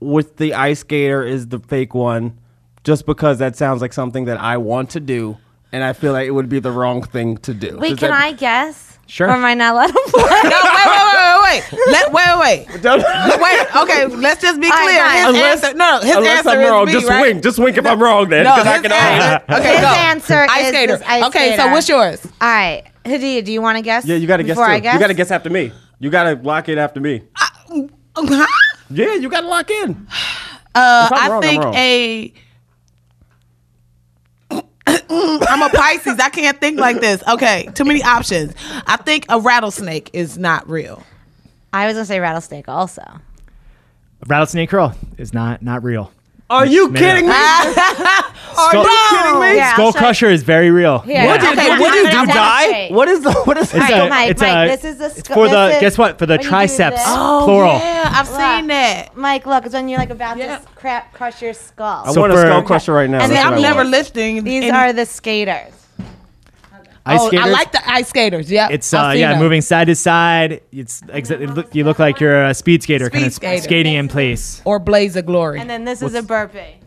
D: with the ice skater is the fake one, just because that sounds like something that I want to do, and I feel like it would be the wrong thing to do.
C: Wait,
D: Does
C: can
D: that-
C: I guess?
B: Sure.
C: Or am I not allowed to play?
E: No, wait, Oh, wait, wait, wait, wait. Let, wait, wait, wait. wait, okay, let's just be
C: All
E: clear.
C: right, fine.
E: His
F: Unless-
E: answer, no, no, his
F: Unless
E: answer
F: I'm wrong,
E: is B,
F: just
E: right?
F: wink. Just wink if I'm wrong then.
E: No,
F: 'cause I
E: Oh, his
F: can
E: answer,
F: always-
E: okay,
C: His
E: go.
C: answer
E: ice
C: is
E: skater.
C: this ice
E: okay, so
C: skater.
E: what's yours?
C: All right, Hadia, do you want to guess?
D: Yeah, you gotta guess
C: before
D: too.
C: I guess.
D: You gotta guess after me. You gotta lock in after me.
E: Uh,
D: Yeah, you gotta lock in.
E: I
D: wrong, I'm
E: think
D: wrong.
E: a. I'm a Pisces. I can't think like this. Okay, too many options. I think a rattlesnake is not real.
C: I was gonna say rattlesnake also.
B: Rattlesnake curl is not not real.
D: Are you
B: Made up.
D: kidding me?
B: Are you
E: kidding me?
C: Yeah, I'll
B: Skull
C: show-
B: Crusher is very real.
C: Yeah.
D: What did,
E: Okay,
D: what did
E: I'm
D: you
C: not
D: die?
C: straight.
D: What is the what is
B: It's
C: Mike,
B: a-
C: Mike,
B: it's
C: Mike,
B: a-
C: this is the
B: it's
C: sc-
B: for
C: this
B: the
C: is-
B: guess what for the
C: when you do this.
B: triceps
C: Oh,
B: plural.
E: Yeah, I've seen
C: Look.
E: that.
C: Mike, look, it's when you're like about
E: Yeah.
C: to crap crush your skull.
D: I
B: So
D: want a
B: for-
D: skull crusher right now.
C: And
D: That's
E: See,
C: then
D: what I
E: I'm
C: these-
E: never
D: want.
E: lifting.
C: These
E: any-
C: are the skaters.
B: Ice
E: oh,
B: skaters.
E: I like the ice skaters. Yeah,
B: it's uh, yeah, moving side to side. It's exa- it look, you look like you're a speed skater,
E: Speed
B: kind of
E: skater.
B: skating in place.
E: Or blaze of glory.
C: And then this is a burpee.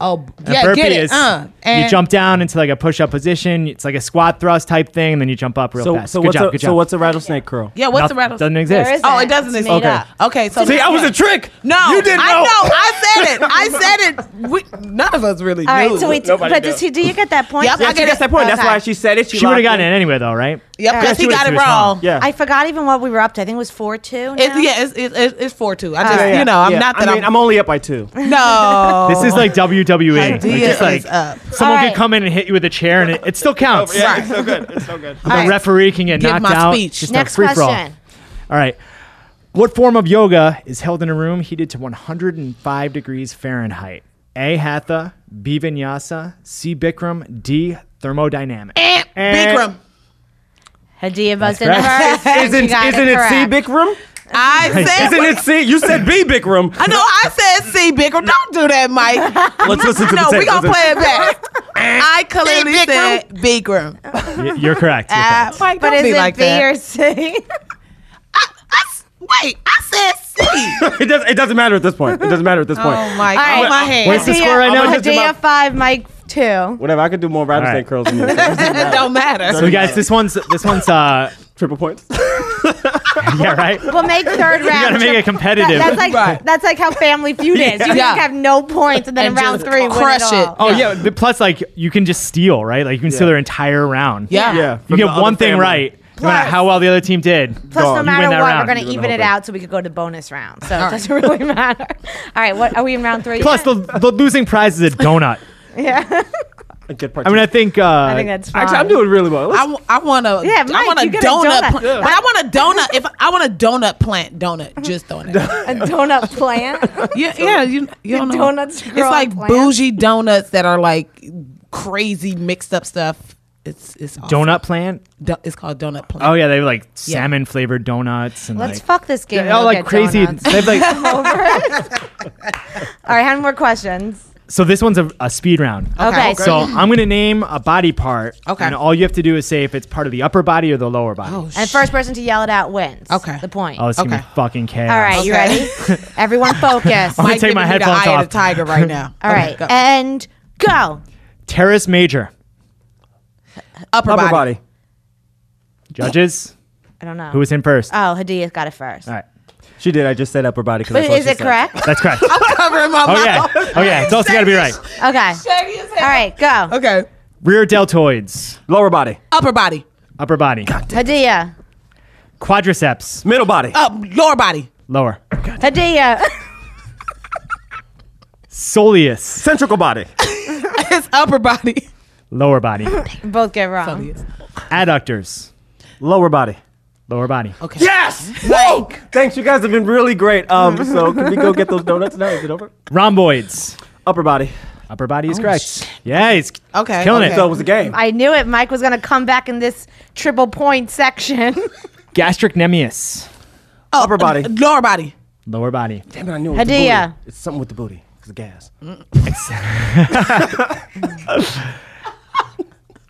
E: oh,
B: A
E: yeah,
B: burpee
E: get it.
B: is
E: uh,
B: you jump down into like a push-up position. It's like a squat thrust type thing, and then you jump up real
D: So
B: fast.
D: so
B: good
D: what's
B: job,
D: a
B: good job.
D: so what's a rattlesnake curl?
E: Yeah, what's the
B: Nothing-
E: rattlesnake?
B: Doesn't exist.
C: There is-
E: Oh, it doesn't
C: It's
E: exist.
C: made
E: Okay.
C: up.
E: Okay, so
F: See, I was a trick.
E: No,
F: you didn't
E: I
F: know.
E: know. I said it. I said it. We, none of us really
C: All
E: knew.
C: right, so wait,
F: Nobody
C: but
F: does.
C: does he, do you get that point?
E: Yep, I
D: Yeah, she
E: get
D: gets
E: it.
D: that point. That's
C: Okay.
D: why she said it.
B: She would
D: locked
B: have gotten it anyway, though, right?
E: Yep,
C: Yeah,
E: because
C: she
E: he
B: would've
E: got it
B: threw us wrong.
E: wrong.
D: Yeah.
C: I forgot even what we were up to. I think it was 4 2.
E: It's, yeah, it's, it's, it's- it's 4 2. I just, you know, I'm
D: Yeah,
E: not that
D: I mean, I'm only up by two.
E: no.
B: This is like
C: Oh.
B: WWE. It's
E: Idea
B: just like
E: is up.
B: someone
C: Uh, All
B: could
C: right.
B: come in and hit you with a chair, and it, it still counts.
F: Yeah, it's so good. It's so good.
B: The referee can get
E: Give
B: knocked
E: my
B: out.
E: speech.
B: Just
C: Next
B: a free for all.
C: question.
B: All right. What form of yoga is held in a room heated to 105 degrees Fahrenheit? A. Hatha, B. Vinyasa, C. Bikram, D. Thermodynamic.
E: Eh, Bikram.
C: Hadia buzzed in
B: correct.
C: first.
D: Isn't
C: You got
D: isn't it
C: correct.
D: C Bikram?
E: I said.
F: Isn't it C? You said B, Bikram.
E: I know I said C, Bikram. Don't do that, Mike.
F: Let's listen to
E: No,
F: the tape.
E: we going to
F: Listen.
E: play it back. I clearly
C: Bikram.
E: said Bikram. Uh,
B: Y- You're correct. You're correct.
E: Mike,
C: But
E: don't
C: is
E: be
C: it
E: like
C: B
E: that.
C: or C?
E: I, I s- wait, I said C.
F: It, does, it doesn't matter at this point. It doesn't matter at this point.
E: Oh my,
C: All
E: oh
C: right.
E: my hand.
B: Where's the
C: Hadia-
B: score right now?
F: Just
C: Hadia
F: about-
C: 5, Mike 2.
D: Whatever. I could do more rattlesnake
B: Alright.
D: curls than this.
E: it don't matter.
B: So guys, this one's this one's uh
D: Triple points.
B: yeah right.
C: We'll make third round. You
B: gotta make it competitive.
C: that's like
E: Right.
C: that's like how Family Feud is. You just
E: Yeah.
C: have no points, and then
E: And
C: in round
E: just
C: three, win
E: crush
C: it. all.
E: it.
B: Oh yeah. but Plus, like you can just steal right. Like you can steal their entire round.
E: Yeah.
D: Yeah.
B: You
D: from the
B: get
D: other
B: one thing
D: family.
B: right, no matter
C: Plus-
B: how well the other team did. you
C: Plus, no
B: win
C: matter
B: that
C: what,
B: round.
C: we're gonna even it out so we could go to bonus round. So it doesn't really matter. All right, what are we in round three?
B: Plus,
C: yet?
B: the, the losing prize is a donut.
C: yeah,
D: A good
B: I mean, I think. Uh,
C: I think that's fine.
D: Actually, I'm doing really well.
E: I,
D: Let's-
E: w- I want a
C: Yeah,
E: I
C: Mike,
E: want a
C: you get a
E: donut,
C: donut.
E: plant. but I want a donut if I want a donut plant donut just donut
C: a donut plant.
E: yeah yeah you you don't know
C: donuts
E: it's
C: grow on
E: like
C: plants?
E: bougie donuts that are like crazy mixed up stuff it's it's awesome.
B: donut plant.
E: Do- it's called donut plant
B: Oh yeah, they have like salmon flavored donuts and
C: Let's
B: like
C: fuck this game.
B: they
C: and
B: all
C: look
B: like
C: at
B: crazy.
C: donuts.
B: They have like
C: All right, how many more questions?
B: so this one's a, a speed round.
C: Okay,
B: So I'm gonna name a body part.
E: Okay.
B: And all you have to do is say if it's part of the upper body or the lower body.
E: oh
C: and
E: shit.
C: first person to yell it out wins.
E: Okay.
C: the point.
B: Oh, it's gonna
E: Okay.
B: be fucking chaos.
C: all right, you
E: Okay.
C: ready? Everyone, focus.
B: I'm gonna take my
E: Mike giving me the
B: headphones
E: eye of
B: off.
E: the tiger right now
C: All
E: Okay,
C: right,
E: go.
C: and go.
B: Terrace Major.
E: upper,
D: upper
E: body,
D: body.
B: Judges,
C: I don't know.
B: who was in first?
C: Oh, Hadia's got it first.
B: all right.
D: She did. I just said upper body. 'cause
C: But
D: that's what
C: is
D: she
C: it
D: said.
C: correct?
B: That's correct.
E: covering my
B: Oh yeah. Oh yeah. It's also gotta be right.
C: Okay.
E: mouth
C: All right, go.
E: okay
B: Rear deltoids.
D: Lower body.
E: upper body
B: Upper body.
C: Hadia.
B: Quadriceps.
D: Middle body.
E: up lower body
B: Lower.
C: Hadia.
B: Soleus.
D: Centrical body.
E: it's upper body
B: Lower body.
C: Both get it wrong.
B: Adductors.
D: Lower body.
B: Lower body.
E: okay
D: Yes. Whoa. Thanks. You guys have been really great. Um. So can we go get those donuts now? Is it over?
B: Rhomboids.
D: Upper body.
B: Upper body is correct. Yeah, he's
E: Okay,
B: killing
E: okay.
D: So it
B: it.
D: was a game.
C: I knew it. Mike was going to come back in this triple point section.
B: Gastrocnemius.
E: upper
D: body.
E: lower body
B: Lower body.
D: Damn it! I knew it. was the
C: Hadia.
D: booty. It's something with the booty. It's gas.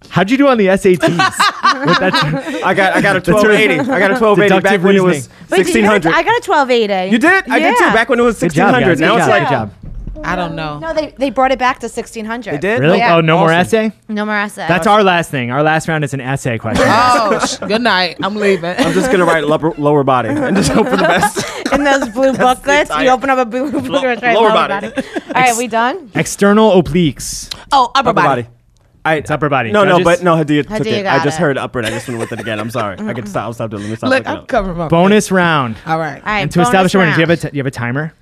B: How'd you do on the SATs? With that-
D: I got I got a
B: her-
D: 1280. I got a 1280 back
B: Deductive
D: when it
B: reasoning.
D: was
C: But did you know
D: 1600.
C: I got a 1280.
D: You did? I did too. Back when it was
B: Good job,
D: 1600.
B: guys.
D: now
B: Good
D: it's
B: job.
D: like
B: Good job.
E: I don't know.
C: No, they, they brought it back to 1600.
D: They did?
B: Really?
C: Yeah.
B: Oh, no more
D: Awesome.
B: essay?
C: No more essay.
B: That's our last thing. Our last round is an essay question.
E: Oh, sh- good night. I'm leaving.
D: I'm just gonna write lower, lower body and just hope for the best.
C: in those blue booklets. You
D: entire-
C: open up a blue booklet.
D: Lo-
C: it's right
D: lower
C: lower
D: body.
C: body. All right, we done?
B: External obliques.
E: oh, upper,
D: Upper body.
E: body.
D: I,
B: It's upper body.
D: No, no,
B: Judges?
D: but no, Hadia took
C: Hadia
D: it. I
C: got
D: just
C: it.
D: heard upper and I just went with it again. I'm sorry. I can stop. I'll stop doing it. Let me stop
E: Look, oh,
D: looking
E: I'm
D: up.
E: covering my
B: Bonus round.
E: All right.
C: All right.
B: And to
C: bonus
B: establish a winner, do you
C: round.
B: have a, t- do you have a timer?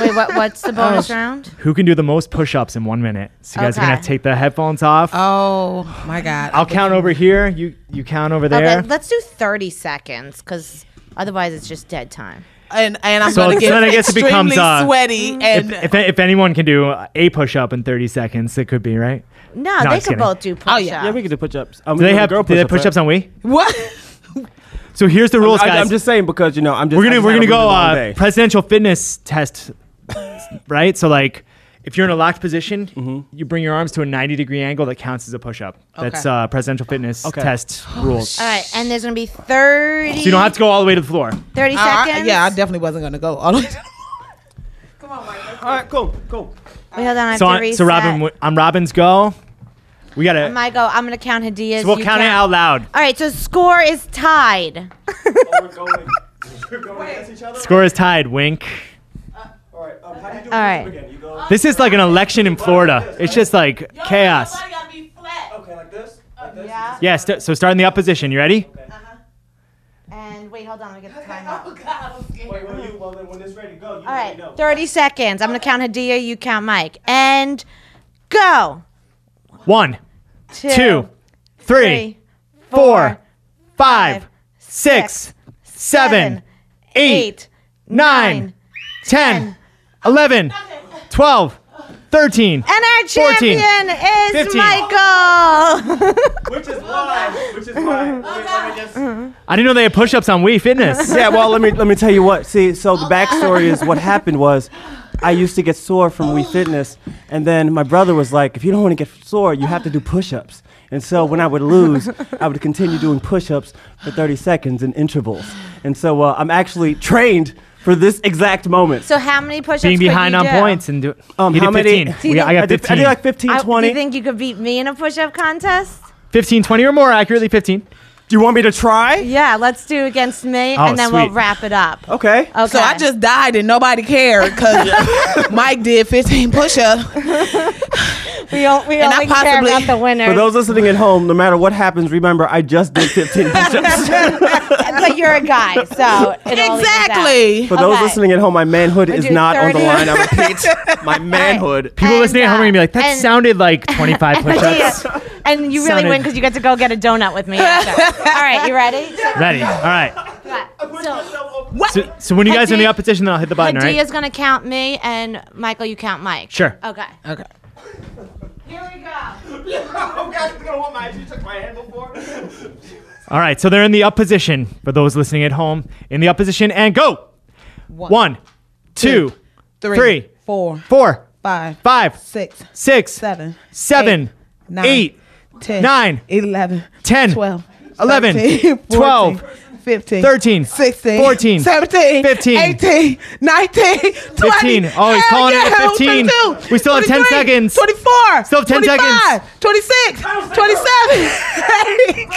C: Wait, what, what's the bonus round?
B: Who can do the most push ups in one minute? So you guys are going to
C: Okay.
B: have to take the headphones off.
E: Oh my God.
B: I'll count over here. You you count over there.
C: Okay, let's do 30 seconds because otherwise it's just dead time.
E: and and I'm
B: So
E: gonna get
B: then I guess it
E: extremely
B: becomes, uh,
E: sweaty
C: Mm-hmm.
E: and
B: if, if anyone can do a push up in 30 seconds, it could be, right?
C: No,
B: I'm
C: they
B: just
C: could
B: kidding.
C: both do push
E: Oh, yeah.
D: Yeah, we could do push ups. Um,
B: Do they have do they push ups on we?
E: what?
B: So here's the rules,
D: I,
B: guys.
D: I'm just saying because you know I'm just.
B: we're
D: I
B: gonna
D: just
B: we're gonna
D: had a really
B: go
D: long
B: uh,
D: day.
B: presidential fitness test, right? So like, if you're in a locked position,
D: Mm-hmm.
B: you bring your arms to a 90 degree angle that counts as a push up. That's
E: Okay.
B: uh, presidential fitness
D: Okay.
B: test rules.
C: All right, and there's going to be 30,
B: So you don't have to go all the way to the floor.
C: 30
E: Uh, I-
C: seconds.
E: yeah, I definitely wasn't gonna go all the way. down.
D: All right, cool, cool.
C: Wait, hold on, I have
B: So
C: to
B: I,
C: reset.
B: so Robin, w- I'm Robin's go. We gotta.
C: My go. I'm going to count Hadia's.
B: so we'll count it out loud.
C: All right, so score is tied.
D: We're going. We're going against each other.
B: Score is tied. Wink.
D: All right. Um, how do you do
C: All right.
D: again? You go.
B: This is like an election in Florida. It's just like chaos.
D: Okay, like this. Like this.
C: Yeah.
B: Yeah. St- so start in the opposition. You ready?
C: And wait, hold on, I'm going to get the time out.
D: Wait, well, you, well, then when it's ready, go. You
C: All
D: let
C: right,
D: me know.
C: 30 seconds. I'm going to count Hadia, you count Mike. And go.
B: One, two, three, four, five, six, seven, eight, nine, ten, eleven, twelve, thirteen.
C: And our
B: 14,
C: champion is
B: 15.
C: Michael.
D: Which is why. Which is why. Let me- let me just-
B: I didn't know they had push-ups on Wii Fitness.
D: yeah, well, let me let me tell you what. See, so the backstory is what happened was, I used to get sore from Wii Fitness, and then my brother was like, "If you don't want to get sore, you have to do push-ups." And so when I would lose, I would continue doing push-ups for 30 seconds in intervals. And so uh, I'm actually trained for this exact moment.
C: so how many push-ups
B: Being
C: could
B: behind
C: you
B: on
C: do?
B: points and do,
D: Um,
B: he did
D: how many-
B: 15. We got- I got
D: did,
B: 15.
D: I did like 15,
C: I,
D: 20.
C: do you think you could beat me in a push-up contest?
B: 15, 20 or more, accurately 15.
D: do you want me to try?
C: Yeah, let's do against me,
B: Oh,
C: and then
B: sweet.
C: we'll wrap it up. Okay.
D: Okay.
E: So I just died and nobody cared because Mike did 15 push-ups.
C: we, o- we
E: and I
C: only care
E: possibly-
C: about the winner.
D: For those listening at home, no matter what happens, remember I just did 15 push-ups.
C: but you're a guy, so it only comes out.
E: Exactly.
D: For those
C: Okay.
D: listening at home, my manhood is
C: doing
D: not on the
C: 30.
D: line. I repeat, my manhood.
B: People
C: And,
B: listening at home are
C: uh,
B: going to be like, that
C: and-
B: sounded like 25 push-ups.
C: Yeah. And you really
B: Sounded-
C: win because you get to go get a donut with me. after. All right, you ready?
B: Ready. All right.
C: So,
E: What?
B: So, so when you guys are in the
C: Hadi-
B: opposition, then I'll hit the button, all right?
C: Hadia's gonna count me, and Michael, you count Mike.
B: Sure.
C: Okay.
E: okay.
C: Here we go.
B: All right, so they're in the up position for those listening at home. In the up position and go. One, two,
E: Three,
B: three,
E: four,
B: four,
E: five,
B: five,
E: six,
B: six,
E: seven,
B: seven,
E: nine,
B: eight,
E: ten,
B: nine,
E: eleven,
B: ten,
E: twelve,
B: eleven,
E: 13, 14,
B: twelve,
E: 15,
B: 13,
E: 16,
B: 14,
E: 17,
B: 15,
E: 18, 19, 20.
B: 15. Oh, he's
E: Hell
B: calling it at
E: yeah,
B: 15.
E: 22,
B: We still have 10
E: 23,
B: seconds.
E: 24.
B: Still have 10
E: 25, 26,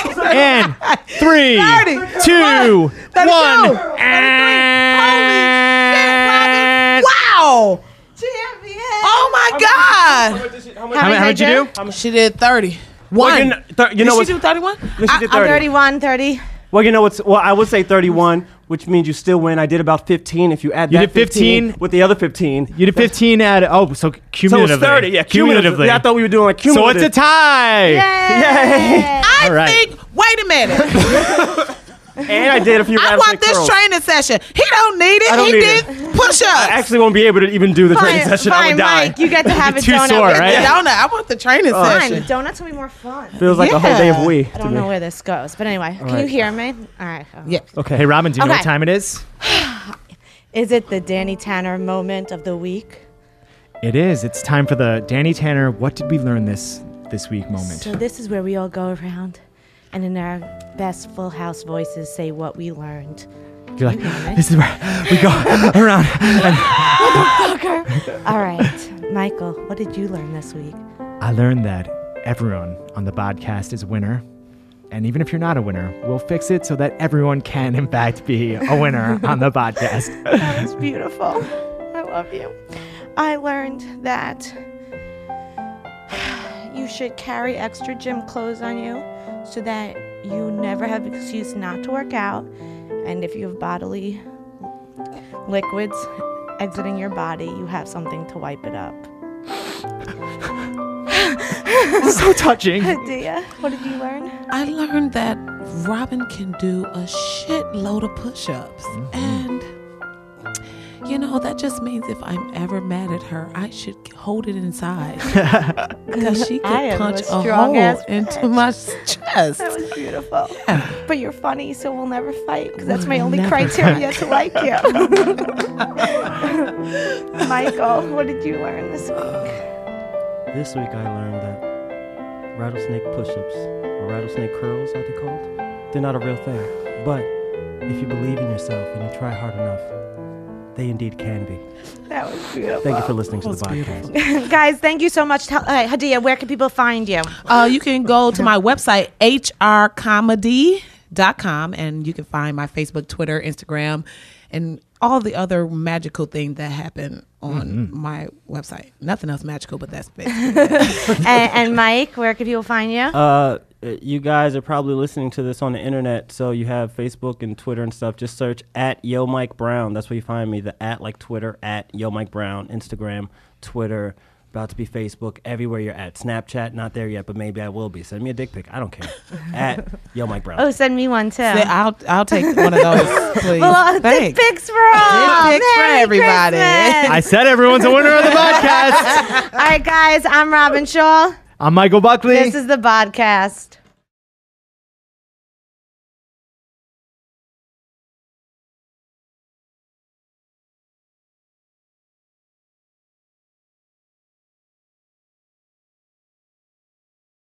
E: 27,
B: and three,
E: Thirty.
B: two,
E: Thirty-two.
B: one,
E: Thirty-three.
B: and
E: Wow.
C: Champion.
E: Oh my God.
B: how many how
C: did
B: much you do?
E: She did 30.
D: Well, you know, thir- you know what's,
E: Did she do 31?
D: no, she did
C: I'm
D: 30.
C: 31, 30.
D: Well, you know what's. Well, I would say 31, which means you still win. I did about 15. If you add
B: You
D: that
B: did 15.
D: with the other 15,
B: You did 15 at, oh, so
D: so it's
B: cumulatively.
D: 30. Yeah, cumulatively. Yeah, I thought we were doing like
B: so
D: cumulative.
B: it's a tie.
D: Yay!
E: I
B: All right.
E: think, wait a minute.
D: And I did a few.
E: I
D: abs
E: want
D: and
E: this
D: curls.
E: training session. He don't need it.
D: I don't
E: he
D: need it.
E: did push
D: I
E: ups.
D: actually won't be able to even do the training
C: Fine,
D: session. I
C: fine
D: would die.
C: Mike, you get to have a
B: Too
C: donut.
B: sore,
C: with
B: right?
C: me.
E: The donut. I want the training
C: Fine,
E: session.
C: donuts will be more fun.
D: Feels like a whole day of
E: Yeah.
D: we.
C: I don't know where this goes, but anyway, can you hear me? All right. oh.
E: Yeah.
D: Okay.
B: Hey, Robin, do you know what
C: Okay.
B: time it is?
C: Is it the Danny Tanner moment of the week?
B: It is. It's time for the Danny Tanner What Did We Learn This this week moment.
C: So this is where we all go around and in our best full house voices say what we learned.
B: You're like, this is where we go around.
C: All right, Michael, what did you learn this week?
B: I learned that everyone on the podcast is a winner. And even if you're not a winner, we'll fix it so that everyone can, in fact, be a winner on the podcast.
C: That was beautiful. I love you. I learned that you should carry extra gym clothes on you so that you never have excuse not to work out. And if you have bodily liquids exiting your body, you have something to wipe it up.
B: so touching.
C: Dia, what did you learn?
E: I learned that Robin can do a shitload of push ups.
D: Mm-hmm.
E: And, you know, that just means if I'm ever mad at her, I should hold it inside. Because she
C: I
E: could
C: am a
E: punch a
C: strong
E: hole
C: ass
E: into my s- chest.
C: That was beautiful. But you're funny, so we'll never fight because that's my
E: We'll
C: only
E: never
C: criteria to like you. Michael, what did you learn this week?
H: This week I learned that rattlesnake push-ups or rattlesnake curls, are they called? They're not a real thing. But if you believe in yourself and you try hard enough, they indeed can be.
C: That was beautiful.
H: Thank you for listening to the podcast.
C: Guys, thank you so much. Tell, uh, Hadia, where can people find you?
E: Uh, you can go to my website, hrcomedy.com, and you can find my Facebook, Twitter, Instagram, and all the other magical things that happen on my website. Nothing else magical, but that's basically it.
C: and, and Mike, where can people find you?
H: Uh, you guys are probably listening to this on the internet, so you have Facebook and Twitter and stuff. Just search at Yo Mike Brown. That's where you find me. The at like Twitter at Yo Mike Brown, Instagram, Twitter, about to be Facebook. Everywhere you're at. Snapchat, not there yet, but maybe I will be. Send me a dick pic. I don't care. at Yo Mike Brown.
C: oh, send me one too.
E: Say, I'll, I'll take one of those, please.
C: well, dick
E: Thanks.
C: pics for all.
E: Dick pics for
C: Merry
E: everybody.
B: I
C: Christmas.
B: said everyone's a winner on the podcast.
C: all right, guys, I'm Robin Shaw.
B: I'm Michael Buckley.
C: This is the podcast.